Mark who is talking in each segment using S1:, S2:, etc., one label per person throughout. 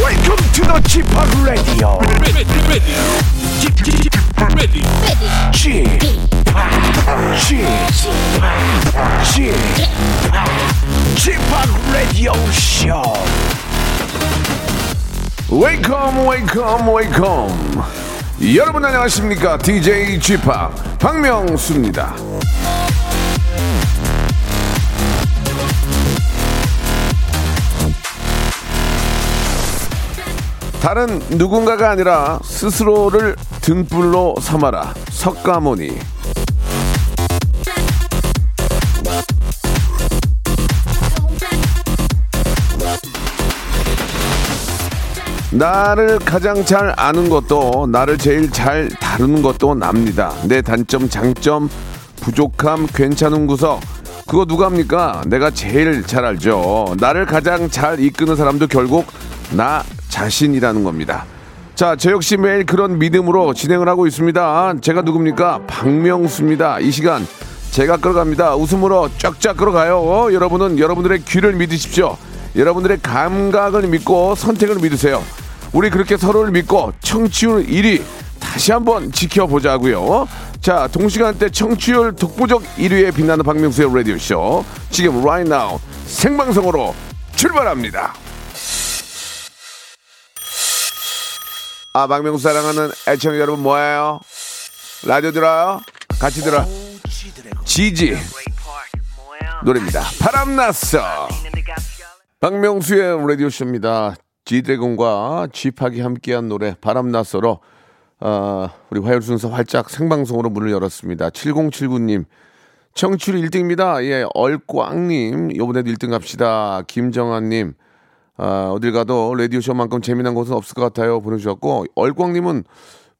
S1: welcome to the Chip Radio.
S2: ready, ready, Chip, chip, chip, ready,
S1: Chip, Chip, Chip, Chip Radio Show. Welcome, welcome, welcome. 여러분 안녕하십니까? DJ Chip 박명수입니다. 다른 누군가가 아니라 스스로를 등불로 삼아라. 석가모니. 나를 가장 잘 아는 것도 나를 제일 잘 다루는 것도 납니다. 내 단점, 장점, 부족함, 괜찮은 구석 그거 누가 합니까? 내가 제일 잘 알죠. 나를 가장 잘 이끄는 사람도 결국 나 자신이라는 겁니다. 자, 저 역시 매일 그런 믿음으로 진행을 하고 있습니다. 제가 누굽니까? 박명수입니다. 이 시간 제가 끌어갑니다. 웃음으로 쫙쫙 끌어가요. 어, 여러분은 여러분들의 귀를 믿으십시오. 여러분들의 감각을 믿고 선택을 믿으세요. 우리 그렇게 서로를 믿고 청취율 1위 다시 한번 지켜보자고요. 자, 동시간대 청취율 독보적 1위에 빛나는 박명수의 라디오쇼. 지금 right now 생방송으로 출발합니다. 아, 박명수 사랑하는 애청자 여러분 뭐예요? 라디오 들어요? 같이 들어. 지지 노래입니다. 바람났어. 박명수의 라디오쇼입니다. 지드래곤과 쥐팍이 함께한 노래 바람나서로 아, 우리 화요일 순서 활짝 생방송으로 문을 열었습니다. 7079님 청취율 1등입니다. 예, 얼꽝님 이번에도 1등 갑시다. 김정환님 아, 어딜 가도 라디오쇼만큼 재미난 곳은 없을 것 같아요 보내주셨고 얼꽝님은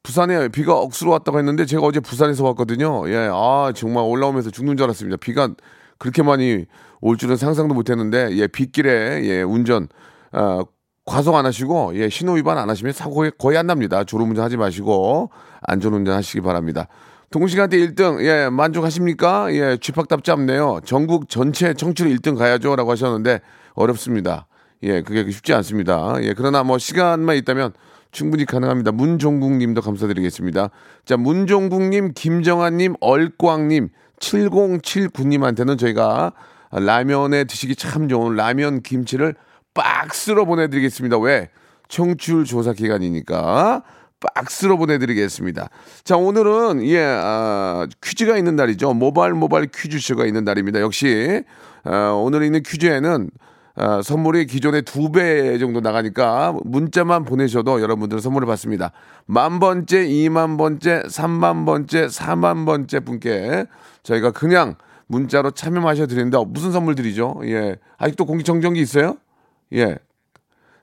S1: 부산에 비가 억수로 왔다고 했는데 제가 어제 부산에서 왔거든요. 예, 아 정말 올라오면서 죽는 줄 알았습니다. 비가 그렇게 많이 올 줄은 상상도 못했는데 예 빗길에 예 운전 아, 과속 안 하시고 예 신호 위반 안 하시면 사고 거의 안 납니다. 졸음운전 하지 마시고 안전운전 하시기 바랍니다. 동시간대 1등 예 만족하십니까? 예 쥐팍답지 않네요. 전국 전체 청취율 1등 가야죠라고 하셨는데 어렵습니다. 예, 그게 쉽지 않습니다. 예, 그러나 뭐 시간만 있다면 충분히 가능합니다. 문종국님도 감사드리겠습니다. 자, 문종국님, 김정환님, 얼꽝님, 7079님한테는 저희가 라면에 드시기 참 좋은 라면 김치를 박스로 보내드리겠습니다. 왜? 청출 조사 기간이니까 박스로 보내드리겠습니다. 자, 오늘은 예 아, 퀴즈가 있는 날이죠. 모발 모발 퀴즈쇼가 있는 날입니다. 역시 아, 오늘 있는 퀴즈에는 아, 선물이 기존의 두 배 정도 나가니까 문자만 보내셔도 여러분들 선물을 받습니다. 만 번째, 이만 번째, 삼만 번째, 사만 번째 분께 저희가 그냥 문자로 참여하셔 드리는데 무슨 선물 드리죠? 예. 아직도 공기청정기 있어요? 예.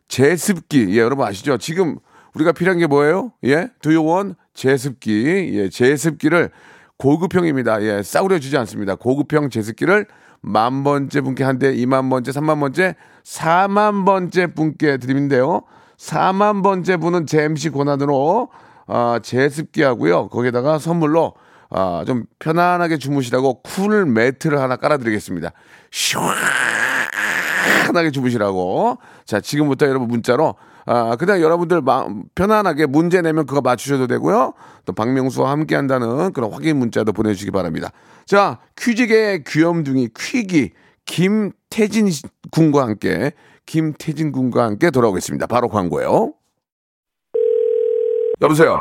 S1: 제습기. 예, 여러분 아시죠? 지금 우리가 필요한 게 뭐예요? 예. 두요원 제습기. 예, 제습기를 고급형입니다. 예, 싸구려 주지 않습니다. 고급형 제습기를 만 번째 분께 한 대, 이만 번째, 삼만 번째, 사만 번째 분께 드리는데요. 사만 번째 분은 제 MC 권한으로 아, 제습기 하고요. 거기에다가 선물로 아, 좀 편안하게 주무시라고 쿨 매트를 하나 깔아드리겠습니다. 시원하게 주무시라고. 자, 지금부터 여러분 문자로 아, 그냥 여러분들 마, 편안하게 문제 내면 그거 맞추셔도 되고요. 또 박명수와 함께 한다는 그런 확인 문자도 보내주시기 바랍니다. 자, 퀴즈계의 귀염둥이 퀴기 김태진 군과 함께 김태진 군과 함께 돌아오겠습니다. 바로 광고예요. 여보세요.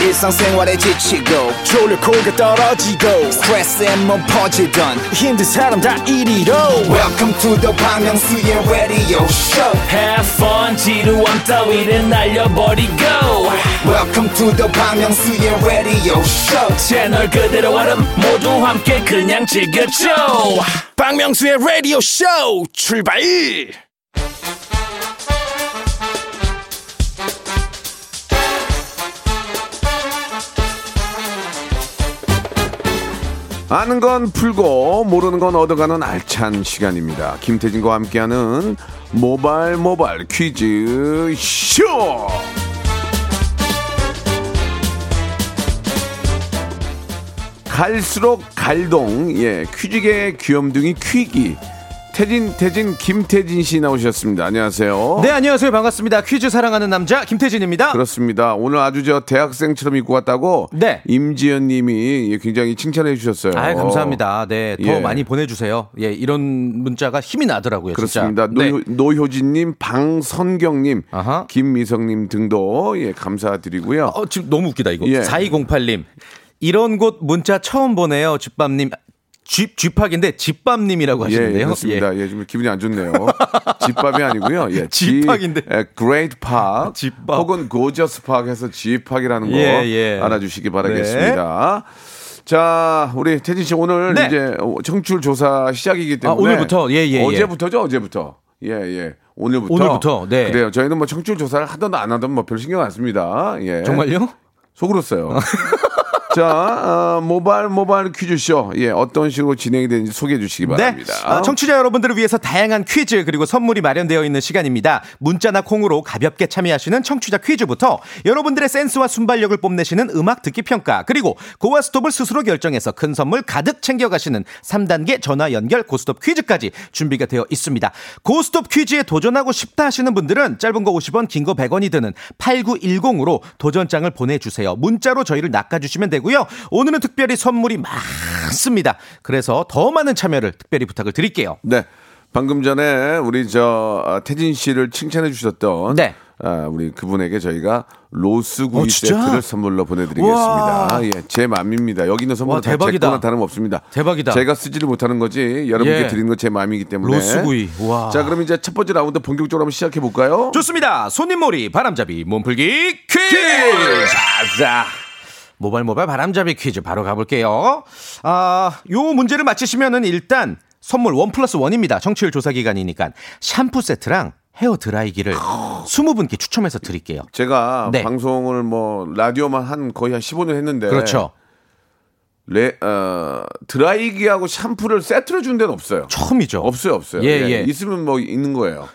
S3: 일상생활에 지치고, 졸려 코가 떨어지고, 스트레스에 몸 퍼지던, 힘든 사람 다 이리로. welcome to the Bang Myung-soo's radio show
S4: Have fun 지루함 따위를 날려버리고
S3: welcome to the Bang Myung-soo's radio show
S4: 채널 그대로 와름 모두 함께 그냥 즐겨줘
S2: 박명수의 라디오 쇼 출발
S1: 아는 건 풀고 모르는 건 얻어가는 알찬 시간입니다. 김태진과 함께하는 모발 모발 퀴즈 쇼. 갈수록 갈동 예 퀴즈계 귀염둥이 퀴기 태진 태진 김태진 씨 나오셨습니다. 안녕하세요.
S5: 네, 안녕하세요. 반갑습니다. 퀴즈 사랑하는 남자 김태진입니다.
S1: 그렇습니다. 오늘 아주 저 대학생처럼 입고 왔다고
S5: 네.
S1: 임지연 님이 굉장히 칭찬해 주셨어요.
S5: 아, 감사합니다. 네, 더
S1: 예.
S5: 많이 보내주세요. 예, 이런 문자가 힘이 나더라고요.
S1: 그렇습니다.
S5: 진짜. 네.
S1: 노, 노효진님, 방선경님,
S5: 아하.
S1: 김미성님 등도 예 감사드리고요.
S5: 어, 지금 너무 웃기다 이거.
S1: 예.
S5: 4208님. 이런 곳 문자 처음 보내요. 집밥님. 쥐, 쥐팍인데
S1: 예,
S5: 집밥님이라고 어, 하시는데요.
S1: 그렇습니다. 예. 좀 기분이 안 좋네요. 집밥이 아니고요. 예,
S5: 집밥인데.
S1: 그레이트 팍,
S5: 집밥.
S1: 혹은 고저스 팍에서 집밥이라는 거
S5: 예, 예.
S1: 알아주시기 바라겠습니다. 자, 우리 태진 씨 오늘
S5: 네.
S1: 이제 청출 조사 시작이기 때문에
S5: 아, 오늘부터? 예, 예, 예.
S1: 어제부터죠, 어제부터. 예, 예. 오늘부터.
S5: 오늘부터, 네.
S1: 그래요. 저희는 뭐 청출 조사를 하든 안 하든 뭐 별 신경 안 씁니다. 예.
S5: 정말요?
S1: 속으로 써요. 자, 어, 모발 모발 퀴즈쇼. 예, 어떤 식으로 진행이 되는지 소개해 주시기 바랍니다.
S5: 네. 아, 청취자 여러분들을 위해서 다양한 퀴즈 그리고 선물이 마련되어 있는 시간입니다. 문자나 콩으로 가볍게 참여하시는 청취자 퀴즈부터 여러분들의 센스와 순발력을 뽐내시는 음악 듣기 평가 그리고 고와 스톱을 스스로 결정해서 큰 선물 가득 챙겨가시는 3단계 전화 연결 고스톱 퀴즈까지 준비가 되어 있습니다. 고스톱 퀴즈에 도전하고 싶다 하시는 분들은 짧은 거 50원, 긴 거 100원이 드는 8910으로 도전장을 보내주세요. 문자로 저희를 낚아주시면 되고요. 오늘은 특별히 선물이 많습니다. 그래서 더 많은 참여를 특별히 부탁을 드릴게요.
S1: 네. 방금 전에 우리 저 아, 태진 씨를 칭찬해 주셨던
S5: 네.
S1: 아, 우리 그분에게 저희가 로스구이
S5: 어, 진짜?
S1: 세트를 선물로 보내드리겠습니다.
S5: 우와.
S1: 예, 제 맘입니다. 여기 있는 선물
S5: 와,
S1: 다
S5: 대박이다.
S1: 제거나 다름없습니다.
S5: 대박이다.
S1: 제가 쓰지를 못하는 거지 여러분께
S5: 예.
S1: 드리는 건 제 마음이기 때문에.
S5: 로스구이. 우와.
S1: 자, 그럼 이제 첫 번째 라운드 본격적으로 한번 시작해 볼까요?
S5: 좋습니다. 손님몰이 바람잡이 몸풀기 퀴즈.
S1: 자,
S5: 모발 모발 바람잡이 퀴즈 바로 가볼게요. 아, 요 문제를 맞히시면은 일단 선물 원 플러스 원입니다 청취율 조사 기간이니까 샴푸 세트랑 헤어 드라이기를 20분께 추첨해서 드릴게요.
S1: 제가
S5: 네.
S1: 방송을 뭐 라디오만 한 거의 한 15년 했는데
S5: 그렇죠.
S1: 레, 어, 드라이기하고 샴푸를 세트로 준 데는 없어요.
S5: 처음이죠.
S1: 없어요, 없어요.
S5: 예,
S1: 예,
S5: 예.
S1: 있으면 뭐 있는 거예요.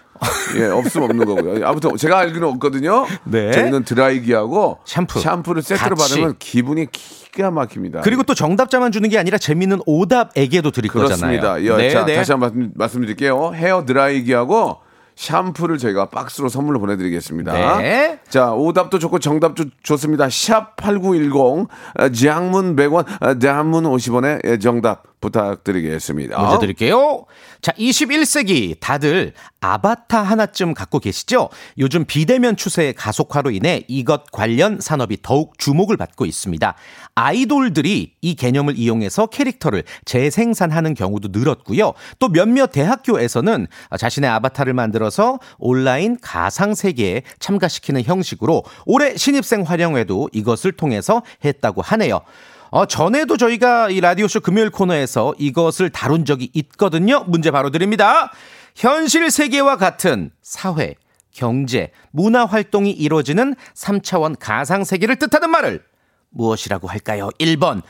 S1: 예, 없으면 없는 거고요. 아무튼 제가 알기는 없거든요.
S5: 네.
S1: 저희는 드라이기하고
S5: 샴푸.
S1: 샴푸를 세트로
S5: 같이.
S1: 받으면 기분이 기가 막힙니다.
S5: 그리고 또 정답자만 주는 게 아니라 재미있는 오답에게도 드릴
S1: 그렇습니다.
S5: 거잖아요. 네,
S1: 예, 자, 다시 한번 말씀- 말씀드릴게요. 헤어 드라이기하고 샴푸를 저희가 박스로 선물로 보내드리겠습니다.
S5: 네.
S1: 자, 오답도 좋고 정답도 좋습니다. 샵8910, 어, 장문 100원, 어, 단문 50원의 예, 정답 부탁드리겠습니다.
S5: 먼저 아. 드릴게요. 자, 21세기 다들 아바타 하나쯤 갖고 계시죠? 요즘 비대면 추세의 가속화로 인해 이것 관련 산업이 더욱 주목을 받고 있습니다. 아이돌들이 이 개념을 이용해서 캐릭터를 재생산하는 경우도 늘었고요. 또 몇몇 대학교에서는 자신의 아바타를 만들어서 온라인 가상 세계에 참가시키는 형식으로 올해 신입생 활용에도 이것을 통해서 했다고 하네요. 어, 전에도 저희가 이 라디오쇼 금요일 코너에서 이것을 다룬 적이 있거든요. 문제 바로 드립니다. 현실 세계와 같은 사회, 경제, 문화 활동이 이루어지는 3차원 가상 세계를 뜻하는 말을 무엇이라고 할까요? 1번,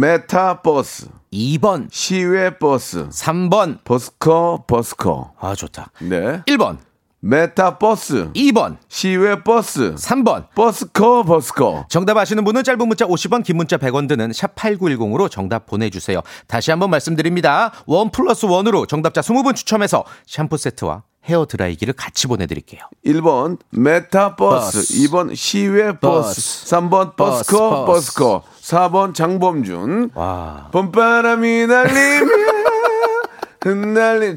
S1: 메타버스,
S5: 2번,
S1: 시외버스,
S5: 3번.
S1: 버스커, 버스커.
S5: 아, 좋다.
S1: 네.
S5: 1번,
S1: 메타버스,
S5: 2번,
S1: 시외버스,
S5: 3번.
S1: 버스커, 버스커.
S5: 정답 아시는 분은 짧은 문자 50원, 긴 문자 100원 드는 샵 8910으로 정답 보내주세요. 다시 한번 말씀드립니다. 원 플러스 원으로 정답자 20분 추첨해서 샴푸 세트와 헤어 드라이기를 같이 보내드릴게요.
S1: 1번 메타버스,
S5: 버스.
S1: 2번 시외버스,
S5: 버스.
S1: 삼 3번
S5: 버스,
S1: 버스커
S5: 버스.
S1: 버스커, 4번 장범준.
S5: 와.
S1: 봄바람이 날리며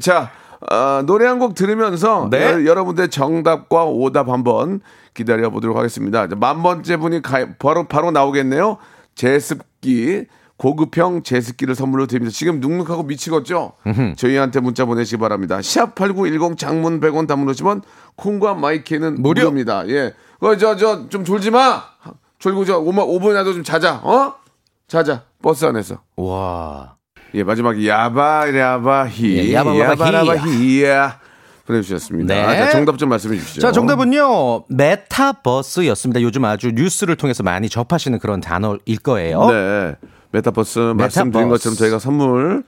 S1: 흩날린 자 아, 노래 한 곡 들으면서
S5: 네.
S1: 여- 여러분들의 정답과 오답 한번 기다려 보도록 하겠습니다. 이제 만 번째 분이 가- 바로 바로 나오겠네요. 제습기 고급형 제습기를 선물로 드립니다. 지금 눅눅하고 미치겠죠? 저희한테 문자 보내시기 바랍니다. 샵 8910 장문 100원 담문 오시면 콩과 마이키는
S5: 무료.
S1: 무료입니다. 예. 그저저 좀 졸지 마. 졸고 저 5분 5분이라도 좀 자자. 어? 자자. 버스 안에서.
S5: 와.
S1: 예, 마지막 야바라바히
S5: 예, 야바라바히.
S1: 야바라바히야 보내주셨습니다.
S5: 네.
S1: 아, 자, 정답 좀 말씀해 주시죠.
S5: 자, 정답은요. 메타버스였습니다. 요즘 아주 뉴스를 통해서 많이 접하시는 그런 단어일 거예요.
S1: 네, 메타버스 말씀드린 것처럼 저희가 선물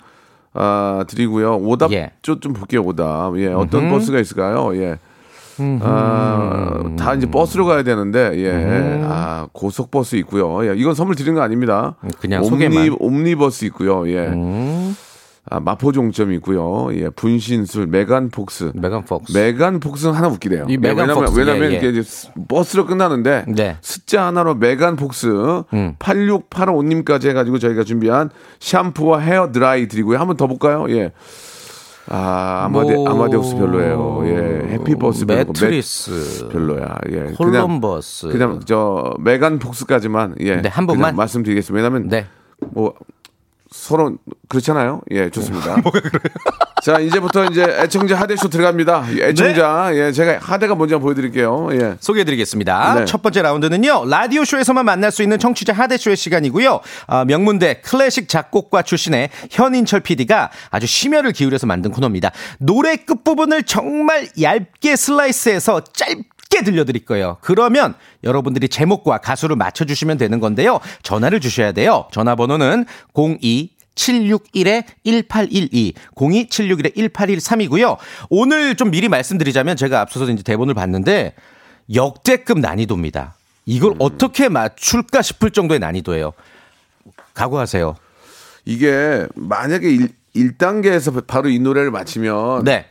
S1: 아, 드리고요. 오답
S5: 예.
S1: 좀, 좀 볼게요. 오답. 예, 어떤 버스가 있을까요? 예. 아, 다 이제 버스로 가야 되는데, 예.
S5: 음.
S1: 아, 고속버스 있고요. 예, 이건 선물 드린 거 아닙니다.
S5: 그냥
S1: 옴니,
S5: 소개만. 음.
S1: 옴니버스 있고요. 예. 아, 마포종점 있고요. 예, 분신술, 메간 폭스.
S5: 메간 폭스.
S1: 메간 폭스는 하나 웃기네요.
S5: 이 메간
S1: 왜냐면,
S5: 폭스,
S1: 왜냐면
S5: 예, 예.
S1: 이게 이제 스- 버스로 끝나는데
S5: 네. 음.
S1: 숫자 하나로 메간 폭스 8685님까지 해가지고 저희가 준비한 샴푸와 헤어 드라이 드리고요. 한번 더 볼까요? 예. 아 아마데
S5: 뭐-
S1: 아마데우스 별로예요. 예, 해피버스 별로고
S5: 매트리스.
S1: 맥- 별로야. 예, 그냥-
S5: 콜럼버스.
S1: 그냥, 저 메간 폭스까지만 예,
S5: 네,
S1: 그냥
S5: 한 번만.
S1: 말씀드리겠습니다. 왜냐면
S5: 네.
S1: 뭐 서로 그렇잖아요. 예, 좋습니다. 자, 이제부터 이제 애청자 하대쇼 들어갑니다. 애청자, 예, 제가 하대가 뭔지 한번 보여드릴게요. 예.
S5: 소개해드리겠습니다.
S1: 네.
S5: 첫 번째 라운드는요 라디오 쇼에서만 만날 수 있는 청취자 하대 쇼의 시간이고요. 아, 명문대 클래식 작곡과 출신의 현인철 PD가 아주 심혈을 기울여서 만든 코너입니다. 노래 끝 부분을 정말 얇게 슬라이스해서 짧게 들려드릴 거예요. 그러면 여러분들이 제목과 가수를 맞춰주시면 되는 건데요. 전화를 주셔야 돼요. 전화번호는 02 761-1812, 02761-1813이고요. 오늘 좀 미리 말씀드리자면 제가 앞서서 이제 대본을 봤는데 역대급
S1: 음.
S5: 난이도입니다. 이걸 어떻게 맞출까 싶을 정도의 난이도예요. 각오하세요.
S1: 이게 만약에 일 1단계에서 바로 이 노래를 마치면
S5: 네.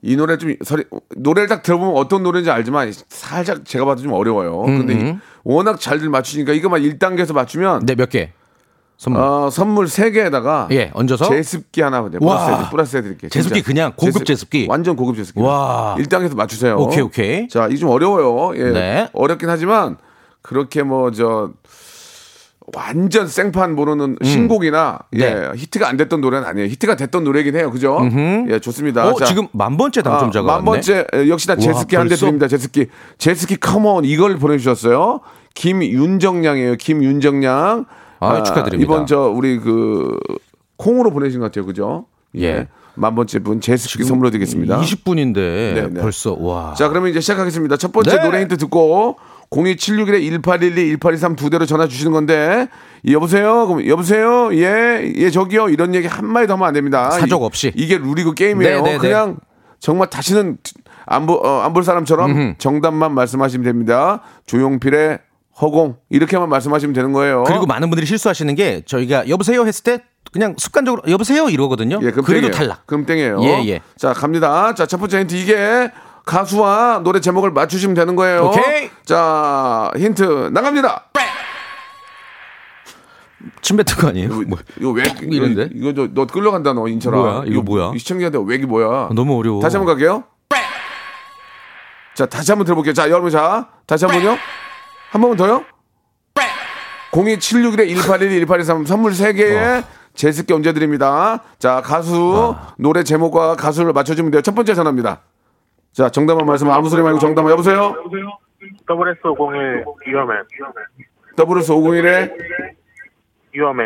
S1: 이 노래 좀 서리, 노래를 딱 들어보면 어떤 노래인지 알지만 살짝 제가 봐도 좀 어려워요. 근데 이- 워낙 잘들 맞추니까 이거만 1단계에서 맞추면
S5: 네, 몇 개? 선물.
S1: 어, 선물 3개에다가
S5: 예, 얹어서?
S1: 제습기 하나
S5: 와.
S1: 플러스, 플러스 해드릴게요.
S5: 제습기
S1: 진짜.
S5: 그냥 고급
S1: 제습-
S5: 제습기?
S1: 완전 고급 제습기.
S5: 와.
S1: 1단계에서 맞추세요.
S5: 오케이, 오케이.
S1: 자, 이게 좀 어려워요. 예.
S5: 네.
S1: 어렵긴 하지만 그렇게 뭐 저 완전 생판 모르는 신곡이나 예,
S5: 음. 네.
S1: 히트가 안 됐던 노래는 아니에요. 히트가 됐던 노래긴 해요. 그죠? 예, 좋습니다.
S5: 어, 지금 만 번째 당첨자가
S1: 아, 만
S5: 왔네.
S1: 번째 에, 역시나 제습기
S5: 와,
S1: 한 대
S5: 벌써?
S1: 드립니다. 제습기 제습기 컴온 이걸 보내주셨어요. 김윤정양이에요. 김윤정양
S5: 아, 축하드립니다.
S1: 이번 저 우리 그 콩으로 보내신 것 같아요. 그죠?
S5: 예.
S1: 만 번째 분 제습기 선물로 드리겠습니다.
S5: 20분인데
S1: 네, 네.
S5: 벌써 와.
S1: 자, 그러면 이제 시작하겠습니다. 첫 번째
S5: 네.
S1: 노래 힌트 듣고 02761에 1812, 1823 두 대로 전화 주시는 건데 여보세요. 그럼 여보세요. 예, 예 저기요. 이런 얘기 한 마디도 하면 안 됩니다.
S5: 사족
S1: 이-
S5: 없이.
S1: 이게 룰이고 게임이에요.
S5: 네, 네, 네.
S1: 그냥 정말 다시는 안볼 안 볼 사람처럼 정답만 말씀하시면 됩니다. 조용필의 허공 이렇게만 말씀하시면 되는 거예요.
S5: 그리고 많은 분들이 실수하시는 게 저희가 여보세요 했을 때 그냥 습관적으로 여보세요 이러거든요.
S1: 예, 그럼
S5: 그래도
S1: 땡이에요.
S5: 탈락.
S1: 그럼 땡이에요.
S5: 예, 예.
S1: 자, 갑니다. 자, 첫 번째 힌트 이게 가수와 노래 제목을 맞추시면 되는 거예요.
S5: 오케이.
S1: 자, 힌트 나갑니다.
S5: 침 뱉은 거 아니에요?
S1: 이거,
S5: 뭐,
S1: 이거 왜
S5: 이런데?
S1: 이거 저, 너 끌려간다 너 인철아.
S5: 뭐야? 이거 뭐야? 아,
S1: 이 시청자한테 왜이 뭐야?
S5: 너무 어려워.
S1: 다시 한번 갈게요. 자, 다시 한번 들어볼게요. 자, 여러분 자, 다시 한번요. 한 번만 더요. 02761에 1812, 1823 선물 3개에 제습기 언제 드립니다. 자, 가수 노래 제목과 가수를 맞춰주면 돼요. 첫 번째 전화입니다. 자, 정답만 말씀 아무 소리 말고 정답만 여보세요.
S6: WS501 위험해
S1: 더블스 501에
S6: 위험해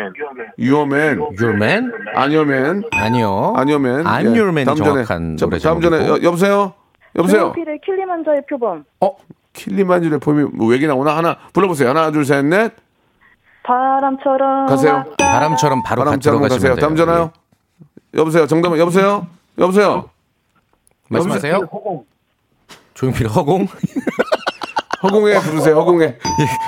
S1: 유어맨
S5: Your man?
S1: 아니어맨
S5: 아니요.
S1: 아니어맨 예.
S5: 안 your man이
S1: 다음 전에.
S5: 정확한
S1: 자,
S5: 노래
S1: 다음 전에 어, 예.
S5: 제목이고.
S1: 여, 여보세요. 여보세요.
S7: 조용필의 킬리만저의 표범.
S1: 어 킬리만주의 폼이 뭐 외계 나오나 하나 불러보세요. 하나 둘 셋 넷.
S7: 바람처럼
S1: 가세요.
S7: 왔다
S5: 바람처럼 바로 가
S1: 바람처럼
S5: 들어가시면
S1: 가세요.
S5: 돼요.
S1: 다음 전화요. 여보세요. 정답은 여보세요. 여보세요.
S5: 말씀하세요. 조용필 허공.
S1: 허공에 부르세요. 허공에.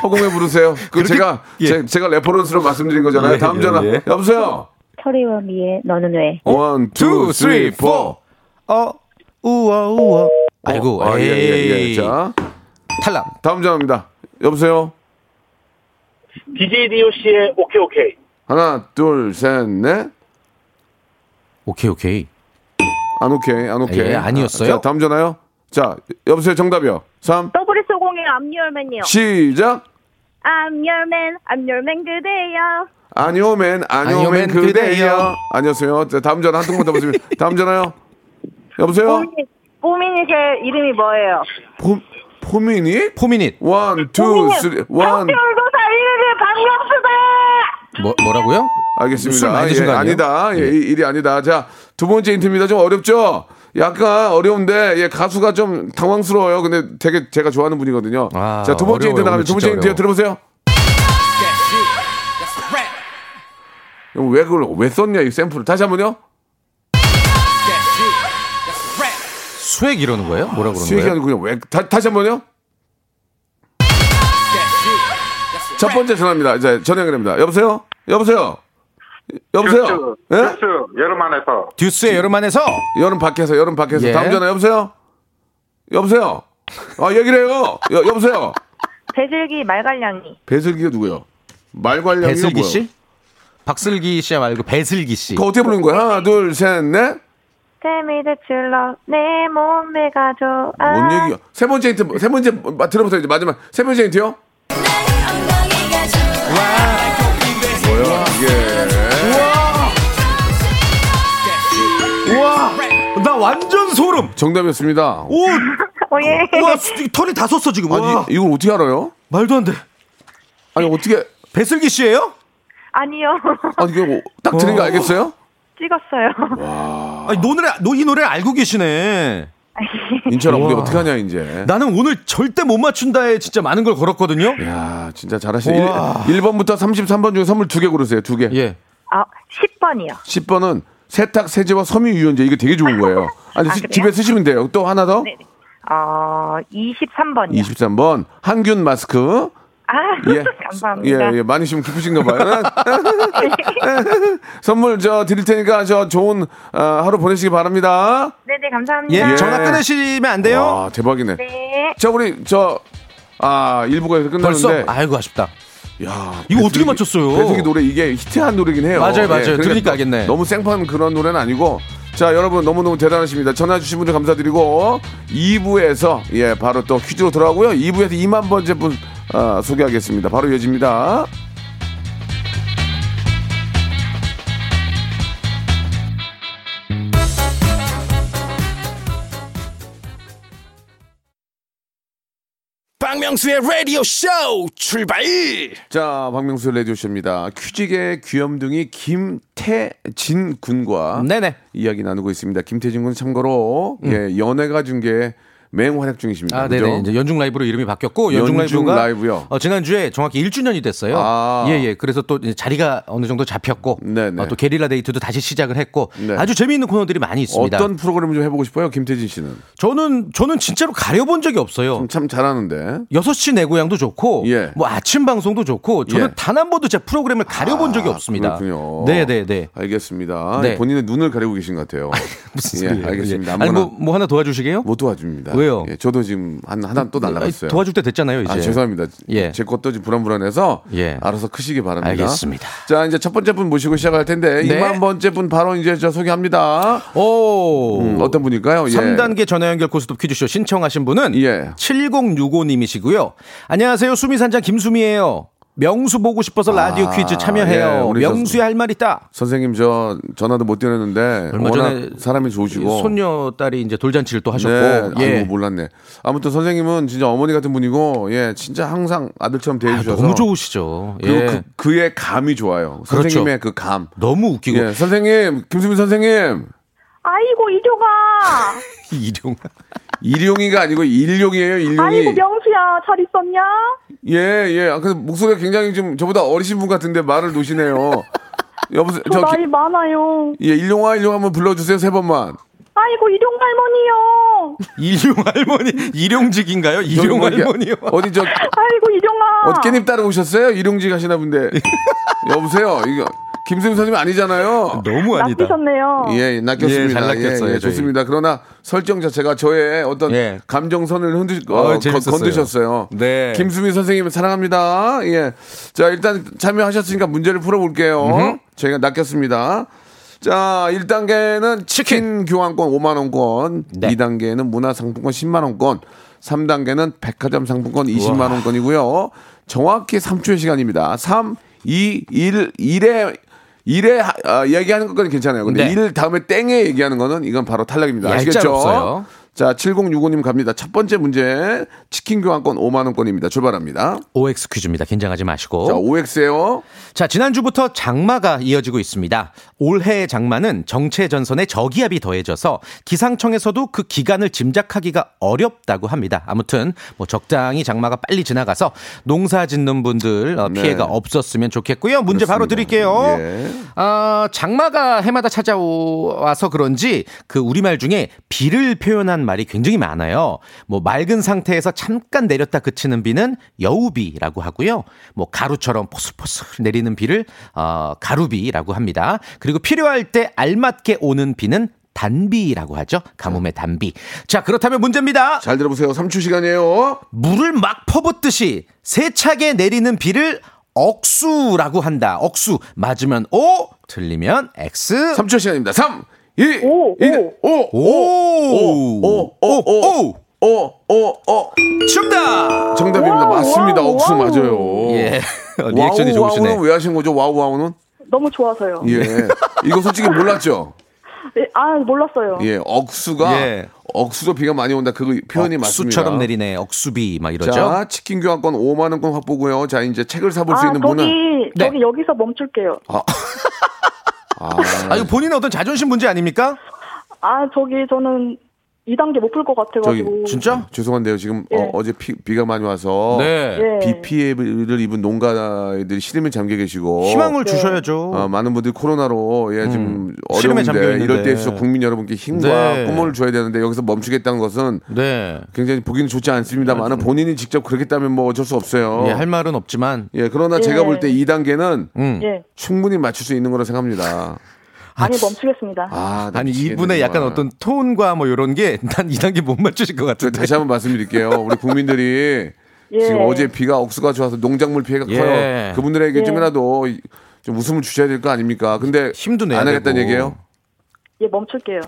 S1: 허공에 부르세요. 그 제가
S5: 예.
S1: 제, 가 레퍼런스로 말씀드린 거잖아요. 다음 전화. 여보세요.
S7: 터리와 미의 너는 왜?
S1: 원, 투, 쓰리, 포.
S5: 어 우와 우와. 어, 아이고.
S1: 아, 예, 예, 예.
S5: 에이.
S1: 자,
S5: 탈락.
S1: 다음 전화입니다. 여보세요.
S6: DJ DOC의 오케이 오케이
S1: 하나, 둘, 셋, 넷.
S5: 오케이 오케이.
S1: 안 오케이, 안 오케이.
S5: 예, 아니었어요?
S1: 자, 다음 전화요. 자, 여보세요, 정답이요. 3,
S7: 더블에서공의 암열맨이요.
S1: 시작.
S7: 암열맨, 암열맨 그대여.
S1: 아니오맨, 아니오맨
S5: 아니오맨
S1: 그대요.
S5: 그대여.
S1: 안녕하세요. 자, 다음 전화 한 통만 더 보세요. 다음 전화요. 여보세요?
S7: 뽀미니, 뽀미니 제 이름이 뭐예요?
S1: 포, 포미닛?
S5: 포미닛.
S1: 원, 투, 쓰리, 원.
S7: 그 학교교사 이름이 박명수다!
S5: 뭐, 뭐라고요? 술
S1: 알겠습니다.
S5: 많이 드신
S1: 예,
S5: 거 아니에요?
S1: 아니다. 예, 이- 일이 아니다. 자, 두 번째 힌트입니다. 좀 어렵죠? 약간 어려운데, 예, 가수가 좀 당황스러워요. 근데 되게 제가 좋아하는 분이거든요.
S5: 아,
S1: 자, 두 번째 힌트
S5: 어려워요.
S1: 나갑니다. 두
S5: 진짜
S1: 번째 힌트요.
S5: 어려워.
S1: 들어보세요. 이거 왜 그걸 왜 썼냐, 이 샘플을. 다시 한 번요.
S5: 수액 이러는 거예요? 뭐라 그러는
S1: 수익이
S5: 거예요?
S1: 아니고 그냥 왜, 다, 다시 한 번요. 첫 번째 전화입니다. 이제 전화 연결입니다. 여보세요? 여보세요? 여보세요? 예?
S6: 여름 안에서
S5: 듀스의 여름 안에서
S1: 여름 밖에서 여름 밖에서
S5: 예.
S1: 다음 전화 여보세요 여보세요 아 얘기를 해요 여, 여보세요
S7: 배슬기 말갈량이.
S1: 배슬기가 누구요 말괄량이
S5: 배슬기 씨? 박슬기 씨 말고 배슬기 씨.
S1: 그거 어떻게 부르는 거야 하나 둘셋넷뭔
S7: 세미드 칠러, 내 몸에 가져. 아,
S1: 얘기야 세 번째 힌트 세 번째 마- 들어보세요 이제 마지막 세 번째 힌트요 뭐야 이게
S5: 우와! 나 완전 소름!
S1: 정답이었습니다
S5: 오!
S7: 어, 오예.
S5: 우와, 수- 털이 다 섰어, 지금. 우와.
S1: 아니 이걸 어떻게 알아요
S5: 말도 안 돼.
S1: 아니 어떻게
S5: 배슬기 씨예요
S7: 아니요.
S1: 아니 이거 뭐- 딱 들은 거
S5: 어.
S1: 알겠어요
S7: 찍었어요.
S5: 아니, 노래, 노, 이 노래를 알고 계시네.
S1: 인철아 우리
S5: 우와.
S1: 어떻게 하냐 이제
S5: 나는 오늘 절대 못 맞춘다에 진짜 많은 걸 걸었거든요.
S1: 야 진짜 잘하시네 일-
S5: 우와.
S1: 1번부터 33번 중에 선물 두 개 고르세요 두개
S5: 예.
S7: 아, 10번이요.
S1: 10번은 세탁 세제와 섬유 유연제 이게 되게 좋은 거예요. 아니
S7: 아,
S1: 시-
S7: 그래요?
S1: 집에 쓰시면 돼요. 또 하나 더.
S7: 네네. 어, 23번이요.
S1: 23번 항균 마스크.
S7: 아,
S1: 예.
S7: 감사합니다.
S1: 예, 예. 많이 지금 기쁘신가 봐요. 선물 저 드릴 테니까 저 좋은 어, 하루 보내시기 바랍니다.
S7: 네네,
S5: 예. 어.
S7: 감사합니다.
S5: 전화 끊으시면 안 돼요?
S1: 와, 대박이네.
S7: 네.
S1: 자, 우리 저 아, 일부가 이렇게 끝났는데
S5: 벌써? 아이고, 아쉽다.
S1: 야,
S5: 이거 어떻게
S1: 배수기-
S5: 맞췄어요?
S1: 그 배수기 노래 이게 히트한 노래긴 해요.
S5: 맞아요, 맞아요. 들으니까
S1: 너-
S5: 알겠네.
S1: 너무 생판 그런 노래는 아니고. 자, 여러분 너무너무 대단하십니다. 전화 주신 분들 감사드리고 2부에서 예, 바로 또 퀴즈로 돌아오고요. 2부에서 2만 번째 분 아, 소개하겠습니다. 바로 이어집니다.
S2: 박명수의 라디오 쇼 출발
S1: 자, 박명수 레디오쇼입니다. 퀴직의 귀염둥이 김태진 군과
S5: 네네. 음.
S1: 이야기 나누고 있습니다. 김태진 군 참고로 예, 연예가 중계 맹활약 중이십니다.
S5: 아,
S1: 그죠?
S5: 네네. 이제 연중 라이브로 이름이 바뀌었고
S1: 연중
S5: 연중 라이브가
S1: 라이브요?
S5: 어, 지난주에 정확히 1주년이 됐어요.
S1: 아.
S5: 예, 예. 그래서 또 이제 자리가 어느 정도 잡혔고
S1: 네네.
S5: 어, 또 게릴라 데이트도 다시 시작을 했고
S1: 네.
S5: 아주 재미있는 코너들이 많이 있습니다.
S1: 어떤 프로그램 좀 해보고 싶어요, 김태진 씨는?
S5: 저는 저는 진짜로 가려 본 적이 없어요.
S1: 참 잘하는데.
S5: 6시 내 고향도 좋고
S1: 예.
S5: 뭐 아침 방송도 좋고 저는
S1: 예. 아,
S5: 단 한 번도 제 프로그램을 가려 본 적이 없습니다.
S1: 그렇군요.
S5: 네, 네, 네.
S1: 알겠습니다.
S5: 네.
S1: 본인의 눈을 가리고 계신 것 같아요.
S5: 무슨
S1: 예,
S5: 소리예요?
S1: 알겠습니다.
S5: 예.
S1: 아무나
S5: 아니 뭐, 뭐 하나 도와주시겠어요?
S1: 못 도와줍니다.
S5: 왜요? 뭐,
S1: 예, 저도 지금 한 하나 또 날라갔어요.
S5: 아니, 도와줄 때 됐잖아요, 이제.
S1: 아 죄송합니다.
S5: 예.
S1: 제 것도 지금 불안불안해서
S5: 예.
S1: 알아서 크시기 바랍니다.
S5: 알겠습니다.
S1: 자 이제 첫 번째 분 모시고 시작할 텐데
S5: 네.
S1: 2만 번째 분 바로 이제 저 소개합니다.
S5: 오.
S1: 음, 어떤 분일까요? 예.
S5: 3단계 전화 연결 고스톱 퀴즈쇼 신청하신 분은
S1: 예.
S5: 7065님이시고요. 안녕하세요. 수미산장 김수미예요. 명수 보고 싶어서 라디오 퀴즈
S1: 아, 예,
S5: 참여해요.
S1: 우리
S5: 명수의 할 말 있다.
S1: 선생님 저 전화도 못 드렸는데
S5: 얼마
S1: 워낙
S5: 전에
S1: 사람이 좋으시고
S5: 손녀 딸이 이제 돌잔치를 또 하셨고
S1: 네.
S5: 예.
S1: 아이고, 몰랐네. 아무튼 선생님은 진짜 어머니 같은 분이고, 예, 진짜 항상 아들처럼
S5: 아,
S1: 대해주셔서.
S5: 너무 좋으시죠.
S1: 그리고
S5: 예.
S1: 그, 그의 감이 좋아요.
S5: 그렇죠.
S1: 선생님의 그 감.
S5: 너무 웃기고
S1: 예, 선생님, 김수민 선생님.
S7: 아이고, 이조가.
S5: 일용
S1: 일용이가 아니고 일용이에요,
S7: 아이고,
S1: 일용이.
S7: 명수야, 잘 있었냐?
S1: 예, 예. 아, 근데 목소리가 굉장히 좀 저보다 어리신 분 같은데 말을 놓으시네요. 여보세요.
S7: 저
S1: 저,
S7: 나이
S1: 기-
S7: 많아요.
S1: 예, 일용아, 일용 한번 불러주세요, 세 번만.
S7: 아이고, 이종 할머니요.
S5: 일용 할머니 일용직인가요? 일용
S1: 저기 뭐 이렇게
S5: 할머니요.
S1: 어디 저,
S7: 아이고, 이종아.
S1: 어디 깻잎 따러 오셨어요? 일용직 하시나 본데. 여보세요. 이거, 김수민 선생님 아니잖아요.
S5: 너무 아니다.
S7: 낚이셨네요.
S1: 예, 낚였습니다.
S5: 예, 잘 낚였어요,
S1: 예, 예,
S5: 저희.
S1: 좋습니다. 그러나 설정 자체가 저의 어떤
S5: 예.
S1: 감정선을 흔드, 어,
S5: 어, 재밌었어요.
S1: 건- 건드셨어요.
S5: 네.
S1: 김수미 선생님 사랑합니다. 예. 자, 일단 참여하셨으니까 문제를 풀어볼게요. 저희가 낚였습니다. 자, 1단계는 치킨 교환권 5만 원권,
S5: 네.
S1: 2단계는 문화 상품권 10만 원권, 3단계는 백화점 상품권 20만 원권이고요. 정확히 3초의 시간입니다. 3, 2, 1, 1에 1에 아, 얘기하는 것까지 괜찮아요. 근데
S5: 네.
S1: 1 다음에 땡에 얘기하는 거는 이건 바로 탈락입니다.
S5: 얄짤
S1: 아시겠죠?
S5: 없어요.
S1: 자, 7065님 갑니다. 첫 번째 문제 치킨 교환권 5만 원권입니다. 출발합니다.
S5: OX 퀴즈입니다. 긴장하지 마시고.
S1: 자, OX에요.
S5: 자, 지난주부터 장마가 이어지고 있습니다. 올해의 장마는 정체 전선에 저기압이 더해져서 기상청에서도 그 기간을 짐작하기가 어렵다고 합니다. 아무튼 뭐 적당히 장마가 빨리 지나가서 농사 짓는 분들 어,
S1: 네.
S5: 피해가 없었으면 좋겠고요. 문제 바로
S1: 그렇습니다.
S5: 드릴게요.
S1: 예.
S5: 아, 장마가 해마다 찾아와서 그런지 그 우리말 중에 비를 표현한 말이 굉장히 많아요. 뭐 맑은 상태에서 잠깐 내렸다 그치는 비는 여우비라고 하고요. 뭐 가루처럼 포슬포슬 내리는 비를 어, 가루비라고 합니다. 그리고 필요할 때 알맞게 오는 비는 단비라고 하죠. 가뭄의 단비. 자, 그렇다면 문제입니다.
S1: 잘 들어보세요. 3초 시간이에요.
S5: 물을 막 퍼붓듯이 세차게 내리는 비를 억수라고 한다. 억수. 맞으면 O, 틀리면 X.
S1: 3초 시간입니다. 3, 2, 1,
S7: 오,
S1: 5, 5, 5, 5, 5, 5, 5, 5, 5.
S5: 정답!
S1: 어. 정답입니다.
S7: 와우,
S1: 맞습니다.
S7: 와우,
S1: 억수
S7: 와우.
S1: 맞아요.
S5: 예. 리액션이
S1: 와우,
S5: 좋으시네. 네.
S1: 와우는 왜 하신 거죠? 와우, 와우는?
S7: 너무 좋아서요.
S1: 예. 이거 솔직히 몰랐죠?
S7: 예, 아 몰랐어요.
S1: 예. 억수가,
S5: 예.
S1: 억수로 비가 많이 온다. 그 표현이 맞습니다.
S5: 억수처럼 내리네. 억수비 막 이러죠.
S1: 자, 치킨 교환권 5만원권 확보고요. 자, 이제 책을 사볼 수
S7: 아
S1: 있는
S7: 저기
S1: 분은.
S5: 네.
S7: 저기 여기서 멈출게요.
S5: 아, 이거 본인의 어떤 자존심 문제 아닙니까?
S7: 아 저기 저는 2단계 못 풀 것
S1: 저기,
S7: 같아가지고.
S5: 진짜?
S1: 죄송한데요. 지금
S7: 예.
S1: 어, 어제 피- 비가 많이 와서.
S5: 네.
S7: 예.
S1: 비 피해를 입은 농가들이 시름에 잠겨 계시고.
S5: 희망을 주셔야죠.
S1: 아, 많은 분들이 코로나로 예, 지금
S5: 시름에
S1: 어려운데
S5: 잠겨있는데.
S1: 이럴 때일수록 국민 여러분께 힘과
S5: 네.
S1: 꿈을 줘야 되는데 여기서 멈추겠다는 것은
S5: 네.
S1: 굉장히 보기는 좋지 않습니다만 본인이 직접 그렇겠다면 뭐 어쩔 수 없어요.
S5: 예, 할 말은 없지만.
S1: 예, 그러나 제가 볼 때 2단계는
S5: 음.
S7: 예.
S1: 충분히 맞출 수 있는 거라 생각합니다.
S7: 아니 멈추겠습니다.
S1: 아, 나
S5: 아니,
S1: 미치겠네,
S5: 이분의 약간
S1: 정말.
S5: 어떤 톤과 뭐 이런 게 난 이 단계 못 맞추실 것
S1: 저
S5: 같은데.
S1: 다시 한번 말씀드릴게요. 우리 국민들이
S7: 예.
S1: 지금 어제 비가 억수가 좋아서 농작물 피해가
S5: 예.
S1: 커요. 그분들에게 좀이라도 이- 좀 웃음을 주셔야 될 거 아닙니까? 근데
S5: 힘도 내야
S1: 안 하겠다는
S5: 되고.
S1: 얘기예요?
S7: 예 멈출게요.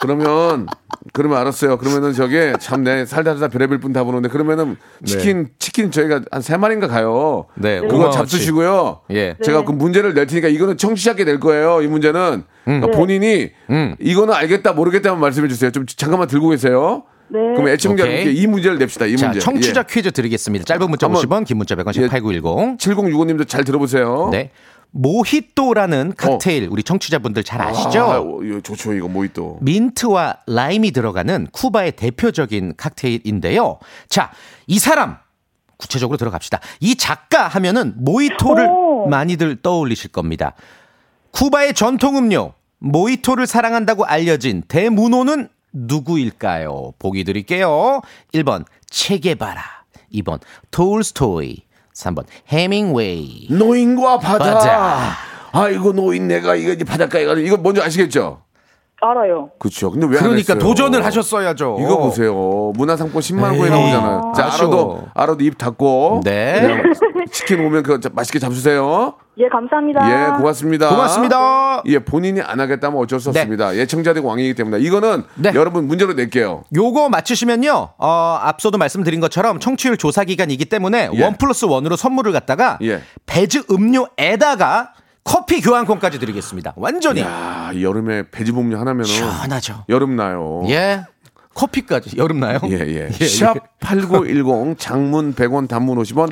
S1: 그러면 그러면 알았어요. 그러면은 저게 참 내 살다 살다 별의별 분 다 보는데 그러면은 치킨 치킨 저희가 한 세 마리인가 가요.
S5: 네,
S1: 그거
S5: 고마워치.
S1: 잡수시고요.
S5: 예.
S1: 제가
S7: 네.
S1: 그 문제를 낼 테니까 이거는 청취자께 낼 거예요. 이 문제는 그러니까
S7: 네.
S1: 본인이
S5: 음.
S1: 이거는 알겠다 모르겠다만 말씀해 주세요. 좀 잠깐만 들고 계세요.
S7: 네.
S1: 그럼 애청자분께
S5: 오케이.
S1: 이 문제를 냅시다. 이
S5: 자,
S1: 문제. 예.
S5: 청취자 퀴즈 드리겠습니다. 짧은 문자
S1: 한번-
S5: 50원, 긴 문자 100원씩
S1: 예.
S5: 8910.
S1: 7065님도 잘 들어보세요. 어.
S5: 네. 모히또라는 칵테일 우리 청취자분들 잘 아시죠?
S1: 아, 어, 이거 좋죠. 이거 뭐이 또.
S5: 민트와 라임이 들어가는 쿠바의 대표적인 칵테일인데요. 자, 이 사람 구체적으로 들어갑시다. 이 작가 하면은 모히토를
S7: 오.
S5: 많이들 떠올리실 겁니다. 쿠바의 전통 음료 모히토를 사랑한다고 알려진 대문호는 누구일까요? 보기 드릴게요. 1번 체게바라, 2번 톨스토이, 3번
S1: 네,
S5: 해밍웨이.
S1: 노인과 바다.
S5: 바다.
S1: 아이고 노인 내가 이거 이제 바닷가에 가는 이거 뭔지 아시겠죠?
S7: 알아요.
S1: 그렇죠. 근데 왜안
S5: 그러니까
S1: 했어요?
S5: 도전을 하셨어야죠.
S1: 이거 보세요. 문화상품 10만 원에
S5: 에이,
S1: 나오잖아요. 자,
S5: 아쉬워.
S1: 알아도 알아도 입 닫고.
S5: 네.
S1: 치킨 오면 그 맛있게 잡수세요.
S7: 예 감사합니다.
S1: 예, 고맙습니다.
S5: 고맙습니다.
S1: 예, 본인이 안 하겠다면 어쩔 수
S5: 네.
S1: 없습니다. 예청자되고 왕이기 때문에 이거는
S5: 네.
S1: 여러분 문제로 낼게요.
S5: 요거 맞추시면요, 어, 앞서도 말씀드린 것처럼 청취율 조사 기간이기 때문에
S1: 예.
S5: 원 플러스 원으로 선물을 갖다가
S1: 예.
S5: 배즈 음료에다가 커피 교환권까지 드리겠습니다. 완전히
S1: 야, 아, 이 여름에 배지복류 하나면은
S5: 시원하죠.
S1: 여름 나요.
S5: 예. 커피까지 여름 나요?
S1: 예, 예. 샵8910 장문 100원 단문 50원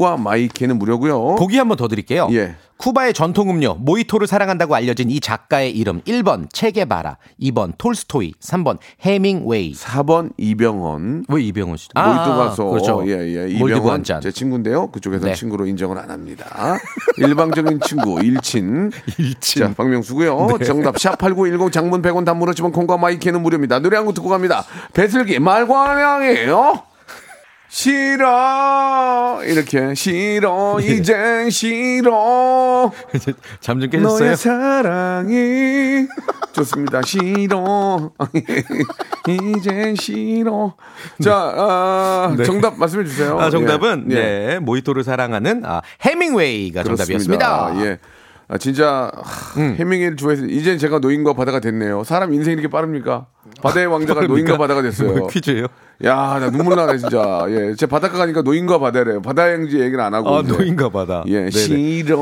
S1: 콩과 마이키는 무료고요.
S5: 보기 한 번 더 드릴게요.
S1: 예.
S5: 쿠바의 전통 음료 모히토를 사랑한다고 알려진 이 작가의 이름 1번 체게바라, 2번 톨스토이, 3번 해밍웨이.
S1: 4번 이병헌.
S5: 왜 이병헌 씨?
S1: 몰도 가서
S5: 아, 그렇죠.
S1: 예, 예.
S5: 몰디브 한
S1: 이병헌
S5: 잔.
S1: 제 친구인데요. 그쪽에서
S5: 네.
S1: 는 친구로 인정을 안 합니다. 일방적인 친구 일친.
S5: 일친. 네.
S1: 자, 박명수고요. 정답 샵8910 장문 100원 단문 50원 콩과 마이키는 무료입니다. 노래 한 곡 듣고 갑니다. 배슬기 말과량이에요. 싫어 이렇게 싫어
S5: 네.
S1: 이젠 싫어
S5: 잠좀
S1: 너의 사랑이 좋습니다. 싫어. 이젠 싫어. 자, 아, 정답 말씀해 주세요.
S5: 네. 아, 정답은
S1: 어, 예, 예.
S5: 네 모히토를 사랑하는 아, 해밍웨이가
S1: 그렇습니다.
S5: 정답이었습니다. 음.
S1: 예. 아, 진짜 하, 해밍웨이를 좋아해서 이제 제가 노인과 바다가 됐네요. 사람 인생 이렇게 빠릅니까? 바다의
S5: 아,
S1: 왕자가 노인과 바다가 됐어요.
S5: 뭐, 퀴즈예요?
S1: 야, 나 눈물 나네 진짜. 예, 제 바닷가 가니까 노인과 바다래요. 바다행지 얘기는 안 하고.
S5: 아,
S1: 근데.
S5: 노인가 바다.
S1: 어, 예,
S5: 네네.
S1: 싫어.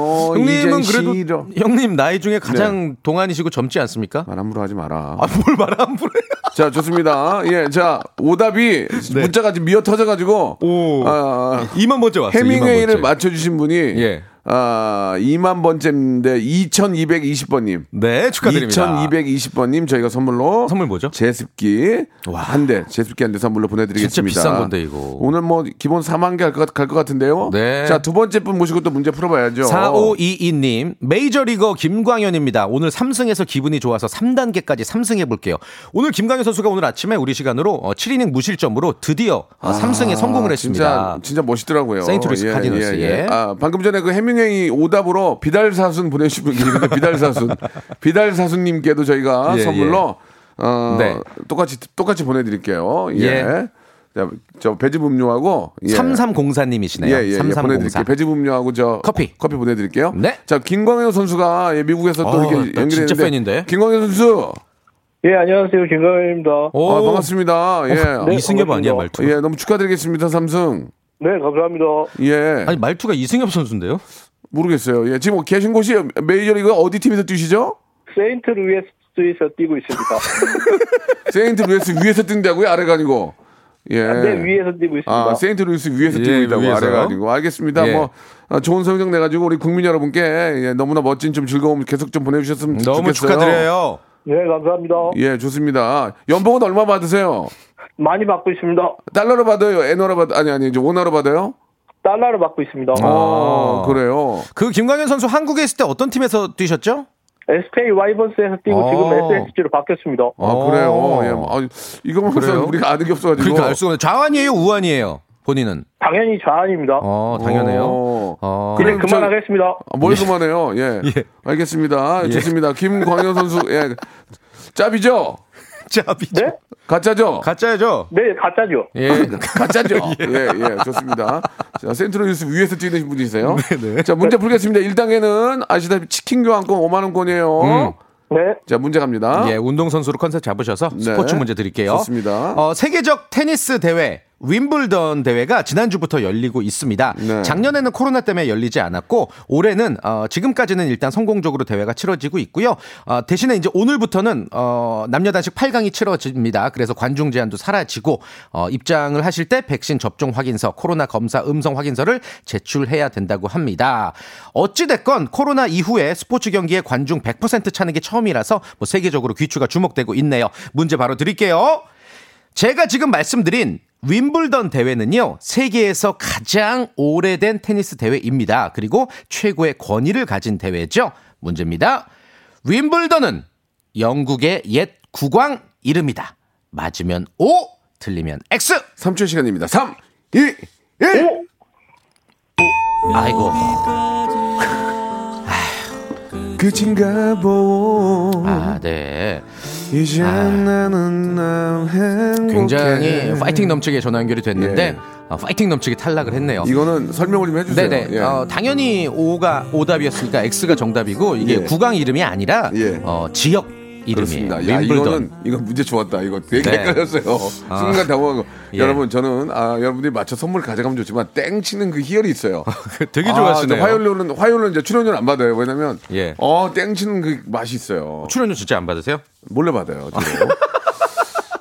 S1: 이젠
S5: 형님은
S1: 네.
S5: 그래도
S1: 싫어.
S5: 형님 나이 중에 가장 동안이시고 젊지 않습니까?
S1: 말 함부로 하지 마라.
S5: 아, 뭘 말 안 부래?
S1: 자, 좋습니다. 예, 자, 오답이 문자가 지금 미어 터져가지고.
S5: 네. 오.
S1: 아,
S5: 이만 번째 왔어요.
S1: 해밍웨이를
S5: 이만 번째.
S1: 맞춰주신 분이.
S5: 예.
S1: 아, 2만 번째인데 2220번님.
S5: 네, 축하드립니다.
S1: 2220번님 저희가 선물로
S5: 선물 뭐죠?
S1: 제습기
S5: 와.
S1: 한 대 제습기 한 대 선물로 보내드리겠습니다.
S5: 진짜 비싼 건데, 이거.
S1: 오늘 뭐 기본 4만 개갈것 갈 것 같은데요.
S5: 네.
S1: 자두 번째 분 모시고 또 문제 풀어봐야죠.
S5: 4522님, 메이저리거 김광현입니다. 오늘 3승에서 기분이 좋아서 3단계까지 3승해 볼게요. 오늘 김광현 선수가 오늘 아침에 우리 시간으로 어, 7이닝 무실점으로 드디어
S1: 아,
S5: 3승에 성공을 했습니다.
S1: 진짜 진짜 멋있더라고요.
S5: 세인트루이스 카디너스, 예.
S1: 아 방금 전에 그 해밍웨이 오답으로 비달사순 보내주신 분이 있는데 비달사순 비달사순님께도 저희가
S5: 예,
S1: 선물로 어,
S5: 네.
S1: 똑같이 똑같이 보내드릴게요. 예.
S5: 예.
S1: 자, 저 배즙 음료하고 예.
S5: 3304님이시네요.
S1: 예, 예, 예.
S5: 3304.
S1: 보내드릴게요. 배즙 음료하고 저
S5: 커피.
S1: 커피 보내드릴게요.
S5: 네.
S1: 자, 김광현 선수가 예, 미국에서 또
S5: 어, 나
S1: 이렇게
S5: 진짜
S1: 연결했는데.
S5: 팬인데.
S1: 김광현 선수.
S6: 예, 안녕하세요. 김광현입니다.
S5: 오, 어, 네.
S1: 아, 반갑습니다. 예.
S5: 이승엽 아니야,
S6: 반갑습니다.
S5: 말투.
S1: 예, 너무 축하드리겠습니다. 삼성.
S6: 네, 감사합니다.
S1: 예.
S5: 아니, 말투가 이승엽 선수인데요?
S1: 음, 모르겠어요. 예, 지금 계신 곳이 메이저리그 어디 팀에서 뛰시죠?
S6: 세인트 루이스에서 뛰고 있습니다.
S1: 세인트 루이스 위에서 뛴다고요? 아래가 아니고. 예.
S6: 네, 위에서 뛰고 있습니다.
S1: 아, 세인트 루이스 위에서
S5: 예,
S1: 뛰고 있다고
S5: 위에서요?
S1: 아래가 아니고. 알겠습니다.
S5: 예.
S1: 뭐 아, 좋은 성적 내 가지고 우리 국민 여러분께 예, 너무나 멋진 좀 즐거움 계속 좀 보내 주셨으면 좋겠어요.
S5: 너무 축하드려요.
S6: 네, 감사합니다.
S1: 예, 좋습니다. 연봉은 얼마 받으세요?
S6: 많이 받고 있습니다.
S1: 달러로 받아요? 엔화로 받 아니 아니 이제 원화로 받아요?
S6: 달러를 받고 있습니다.
S1: 아, 그래요.
S5: 그 김광현 선수 한국에 있을 때 어떤 팀에서 뛰셨죠?
S6: SK 와이번스에서 뛰고
S5: 아.
S6: 지금 SSG로 바뀌었습니다.
S1: 아, 그래요. 예, 뭐, 아, 이거만
S5: 어. 그래요?
S1: 해서 우리가 아는 게 없어가지고.
S5: 그러니까 알 수가 없네. 좌완이에요, 우완이에요. 본인은.
S6: 당연히 좌안입니다.
S5: 어, 당연해요.
S1: 어. 아.
S5: 어.
S1: 그래.
S6: 네,
S1: 그럼 저-
S6: 그만하겠습니다.
S1: 아, 뭘 그만해요. 예. 알겠습니다. 아,
S5: 예.
S1: 좋습니다. 김광현 선수, 예. 짭이죠?
S5: 짜비.
S6: 네?
S1: 가짜죠?
S5: 가짜죠?
S6: 네, 가짜죠.
S5: 예.
S1: 그러니까. 가짜죠? 예, 예, 좋습니다. 자, 센트럴뉴스 위에서 뛰는 분이세요.
S5: 네,
S1: 자, 문제 풀겠습니다. 1단계는 아시다시피 치킨 교환권 5만원권이에요.
S6: 네.
S1: 자, 문제 갑니다.
S5: 음. 예, 운동선수로 컨셉 잡으셔서
S1: 네.
S5: 스포츠 문제 드릴게요.
S1: 좋습니다.
S5: 어, 세계적 테니스 대회, 윈블던 대회가 지난주부터 열리고 있습니다.
S1: 네.
S5: 작년에는 코로나 때문에 열리지 않았고, 올해는, 어, 지금까지는 일단 성공적으로 대회가 치러지고 있고요. 어, 대신에 이제 오늘부터는, 어, 남녀 단식 8강이 치러집니다. 그래서 관중 제한도 사라지고, 어, 입장을 하실 때 백신 접종 확인서, 코로나 검사 음성 확인서를 제출해야 된다고 합니다. 어찌됐건 코로나 이후에 스포츠 경기에 관중 100% 차는 게 처음이라서 뭐 세계적으로 귀추가 주목되고 있네요. 문제 바로 드릴게요. 제가 지금 말씀드린 윈블던 대회는요, 세계에서 가장 오래된 테니스 대회입니다. 그리고 최고의 권위를 가진 대회죠. 문제입니다. 윈블던은 영국의 옛 국왕 이름이다. 맞으면 O, 틀리면 X.
S1: 3초 시간입니다. 3, 2, 1.
S5: 아이고,
S1: 끝인가 보오.
S5: 아, 네.
S1: 이제 나는 남 행복해.
S5: 굉장히 파이팅 넘치게 전화 연결이 됐는데,
S1: 예.
S5: 어, 파이팅 넘치게 탈락을 했네요.
S1: 이거는 설명을 좀 해주세요.
S5: 네네.
S1: 예.
S5: 어, 당연히 O가 오답이었으니까 X가 정답이고 이게
S1: 예.
S5: 국왕 이름이 아니라
S1: 예.
S5: 어, 지역 이름이에요.
S1: 그렇습니다. 야, 이거는
S5: 윈블던.
S1: 이건 문제 좋았다. 이거 되게
S5: 네.
S1: 헷갈렸어요. 순간 당황하고
S5: 예.
S1: 여러분 저는 아 여러분들이 맞춰 선물 가져가면 좋지만 땡 치는 그 희열이 있어요.
S5: 되게
S1: 아,
S5: 좋아하시네요.
S1: 저 화요일로는 화요일은 이제 출연료 안 받아요. 왜냐면
S5: 예.
S1: 어땡 치는 그 맛이 있어요.
S5: 출연료 진짜 안 받으세요?
S1: 몰래 받아요. 뒤로.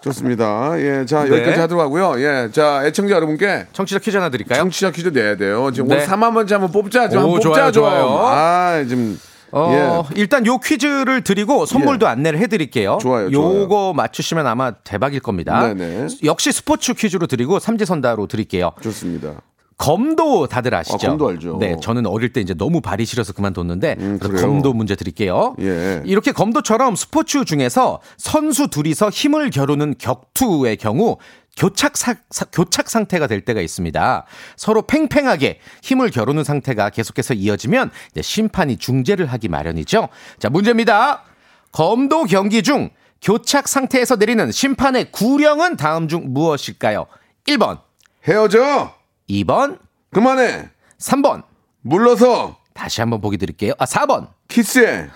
S1: 좋습니다. 예, 자
S5: 네.
S1: 여기까지 하도록 하고요. 예, 자 애청자 여러분께
S5: 청취자 퀴즈 하나 드릴까요?
S1: 청취자 퀴즈 내야 돼요. 지금
S5: 네.
S1: 오늘 4만 번째 한번 뽑자. 좀
S5: 오,
S1: 한번 뽑자
S5: 좋아요,
S1: 좀.
S5: 좋아요.
S1: 아, 지금
S5: 어,
S1: 예.
S5: 일단 요 퀴즈를 드리고 선물도 안내를 해드릴게요.
S1: 좋아요,
S5: 요거 맞추시면 아마 대박일 겁니다.
S1: 네네.
S5: 역시 스포츠 퀴즈로 드리고 삼지선다로 드릴게요.
S1: 좋습니다.
S5: 검도 다들 아시죠?
S1: 아, 검도 알죠. 음,
S5: 네, 저는 어릴 때 이제 너무 발이 시려서 그만뒀는데 그래서
S1: 그래요?
S5: 검도 문제 드릴게요.
S1: 예.
S5: 이렇게 검도처럼 스포츠 중에서 선수 둘이서 힘을 겨루는 격투의 경우 교착, 사- 사- 교착 상태가 될 때가 있습니다. 서로 팽팽하게 힘을 겨루는 상태가 계속해서 이어지면 이제 심판이 중재를 하기 마련이죠. 자, 문제입니다. 검도 경기 중 교착 상태에서 내리는 심판의 구령은 다음 중 무엇일까요? 1번,
S1: 헤어져.
S5: 2번,
S1: 그만해.
S5: 3번.
S1: 물러서.
S5: 다시 한번 보기 드릴게요. 아, 4번.
S1: 키스해.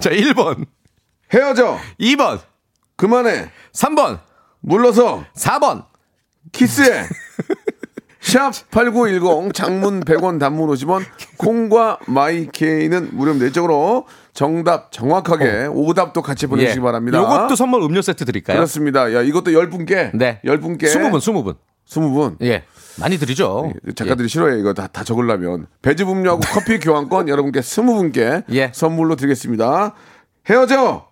S5: 자, 1번,
S1: 헤어져.
S5: 2번,
S1: 그만해.
S5: 3번,
S1: 물러서.
S5: 4번.
S1: 키스해. 샵8910 장문 100원 단문 50원 콩과 마이케이는 무료입니다. 이쪽으로 정답 정확하게 오답도 같이 보내주시기 바랍니다.
S5: 어. 예. 요것도 선물 음료 세트 드릴까요?
S1: 그렇습니다. 야, 이것도 10분께.
S5: 네.
S1: 10분께.
S5: 20분, 예. 20분.
S1: 20분.
S5: 예. 많이 드리죠.
S1: 작가들이 싫어해 이거 다, 다 적으려면 배즙 음료하고 커피 교환권 여러분께 20분께
S5: 예.
S1: 선물로 드리겠습니다. 헤어져.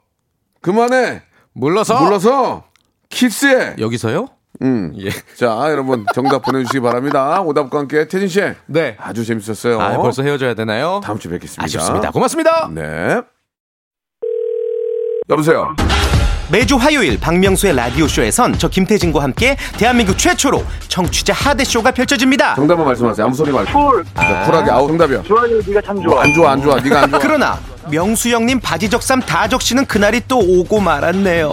S1: 그만해.
S5: 물러서.
S1: 물러서. 키스해.
S5: 여기서요?
S1: 음.
S5: 예.
S1: 자, 여러분 정답 보내주시기 바랍니다. 오답과 함께 태진 씨.
S5: 네.
S1: 아주 재밌었어요.
S5: 아, 벌써 헤어져야 되나요?
S1: 다음 주에 뵙겠습니다.
S5: 아쉽습니다. 고맙습니다.
S1: 네. 여보세요.
S5: 매주 화요일 박명수의 라디오 쇼에선 저 김태진과 함께 대한민국 최초로 청취자 하대 쇼가 펼쳐집니다.
S1: 정답만 말씀하세요. 아무 소리 말고. 쿨. 쿨하게. 아우 정답이야.
S6: 좋아요, 네가 참 좋아.
S1: 안 좋아, 안 좋아. 네가 안 좋아.
S5: 그러나 명수 형님 바지 적삼 다 적시는 그날이 또 오고 말았네요.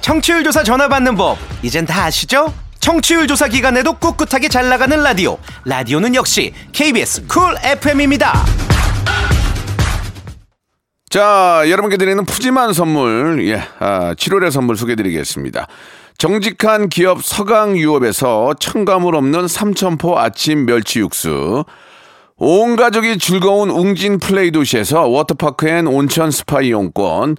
S5: 청취율 조사 전화 받는 법 이젠 다 아시죠? 청취율 조사 기간에도 꿋꿋하게 잘 나가는 라디오 라디오는 역시 KBS 쿨 FM입니다.
S1: 자, 여러분께 드리는 푸짐한 선물, 예, 아, 7월의 선물 소개드리겠습니다. 정직한 기업 서강유업에서 첨가물 없는 삼천포 아침 멸치 육수, 온 가족이 즐거운 웅진 플레이 도시에서 워터파크 앤 온천 스파 이용권,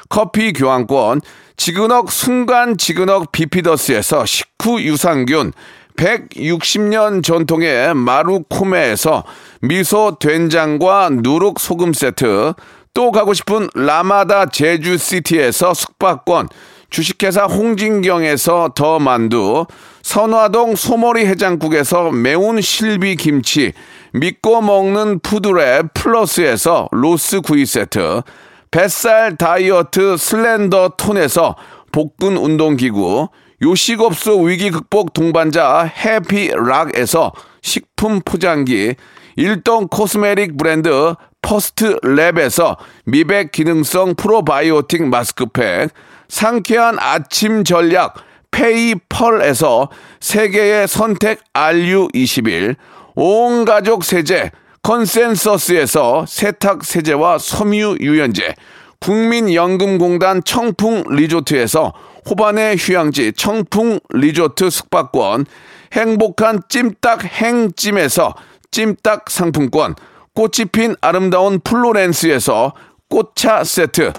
S1: 커피 교환권, 지그넉 순간 지그넉 비피더스에서 식후 유산균, 160년 전통의 마루코메에서 미소 된장과 누룩 소금 세트, 또 가고 싶은 라마다 제주시티에서 숙박권, 주식회사 홍진경에서 더 만두, 선화동 소머리 해장국에서 매운 실비 김치, 믿고 먹는 푸드랩 플러스에서 로스 구이 세트, 뱃살 다이어트 슬렌더 톤에서 복근 운동기구, 요식업소 위기 극복 동반자 해피락에서 식품 포장기, 일동 코스메릭 브랜드 퍼스트 랩에서 미백 기능성 프로바이오틱 마스크팩, 상쾌한 아침 전략 페이펄에서 세계의 선택 RU21, 온 가족 세제 컨센서스에서 세탁 세제와 섬유 유연제, 국민연금공단 청풍 리조트에서 호반의 휴양지 청풍 리조트 숙박권, 행복한 찜닭 행찜에서 찜닭 상품권, 꽃이 핀 아름다운 플로렌스에서 꽃차 세트,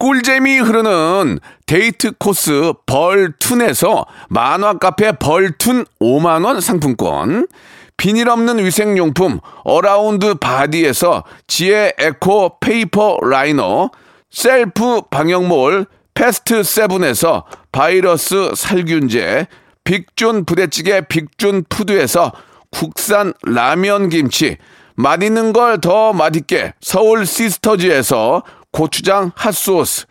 S1: 꿀잼이 흐르는 데이트 코스 벌툰에서 만화 카페 벌툰 5만 원 상품권 비닐 없는 위생용품 어라운드 바디에서 지혜 에코 페이퍼 라이너 셀프 방역몰 패스트 세븐에서 바이러스 살균제 빅준 부대찌개 빅준 푸드에서 국산 라면 김치 맛있는 걸 더 맛있게 서울 시스터즈에서 고추장 핫소스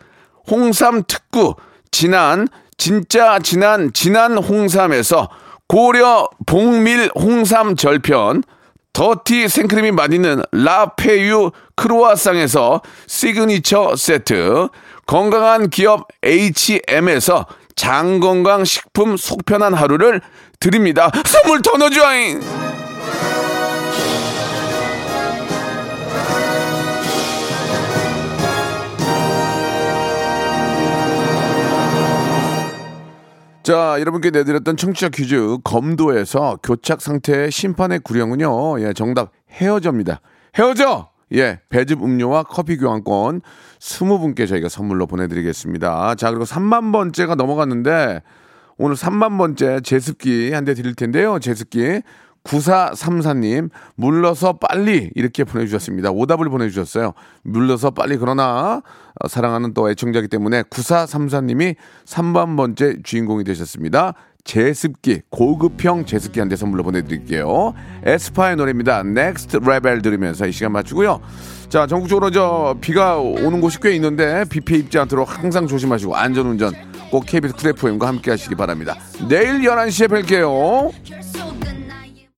S1: 홍삼 특구 진한 진짜 진한 진한 홍삼에서 고려 복밀 홍삼 절편 더티 생크림이 맛있는 라페유 크로아상에서 시그니처 세트 건강한 기업 H&M에서 장건강 식품 속편한 하루를 드립니다. 선물 더 넣어줘잉! 자, 여러분께 내드렸던 청취자 퀴즈 검도에서 교착 상태의 심판의 구령은요. 예, 정답 헤어져입니다. 헤어져! 예, 배즙 음료와 커피 교환권 20분께 저희가 선물로 보내드리겠습니다. 자, 그리고 3만 번째가 넘어갔는데 오늘 3만 번째 제습기 한 대 드릴 텐데요. 제습기 9434님 물러서 빨리 이렇게 보내주셨습니다. 오답을 보내주셨어요. 물러서 빨리 그러나 어, 사랑하는 또 애청자기 때문에 9434님이 3만 번째 주인공이 되셨습니다. 제습기 고급형 제습기 한 대 선물로 보내드릴게요. 에스파의 노래입니다. 넥스트 레벨 들으면서 이 시간 마치고요. 자 전국적으로 저 비가 오는 곳이 꽤 있는데 비 피해 입지 않도록 항상 조심하시고 안전운전 꼭 KBS 크래프엠과 함께 하시기 바랍니다. 내일 11시에 뵐게요.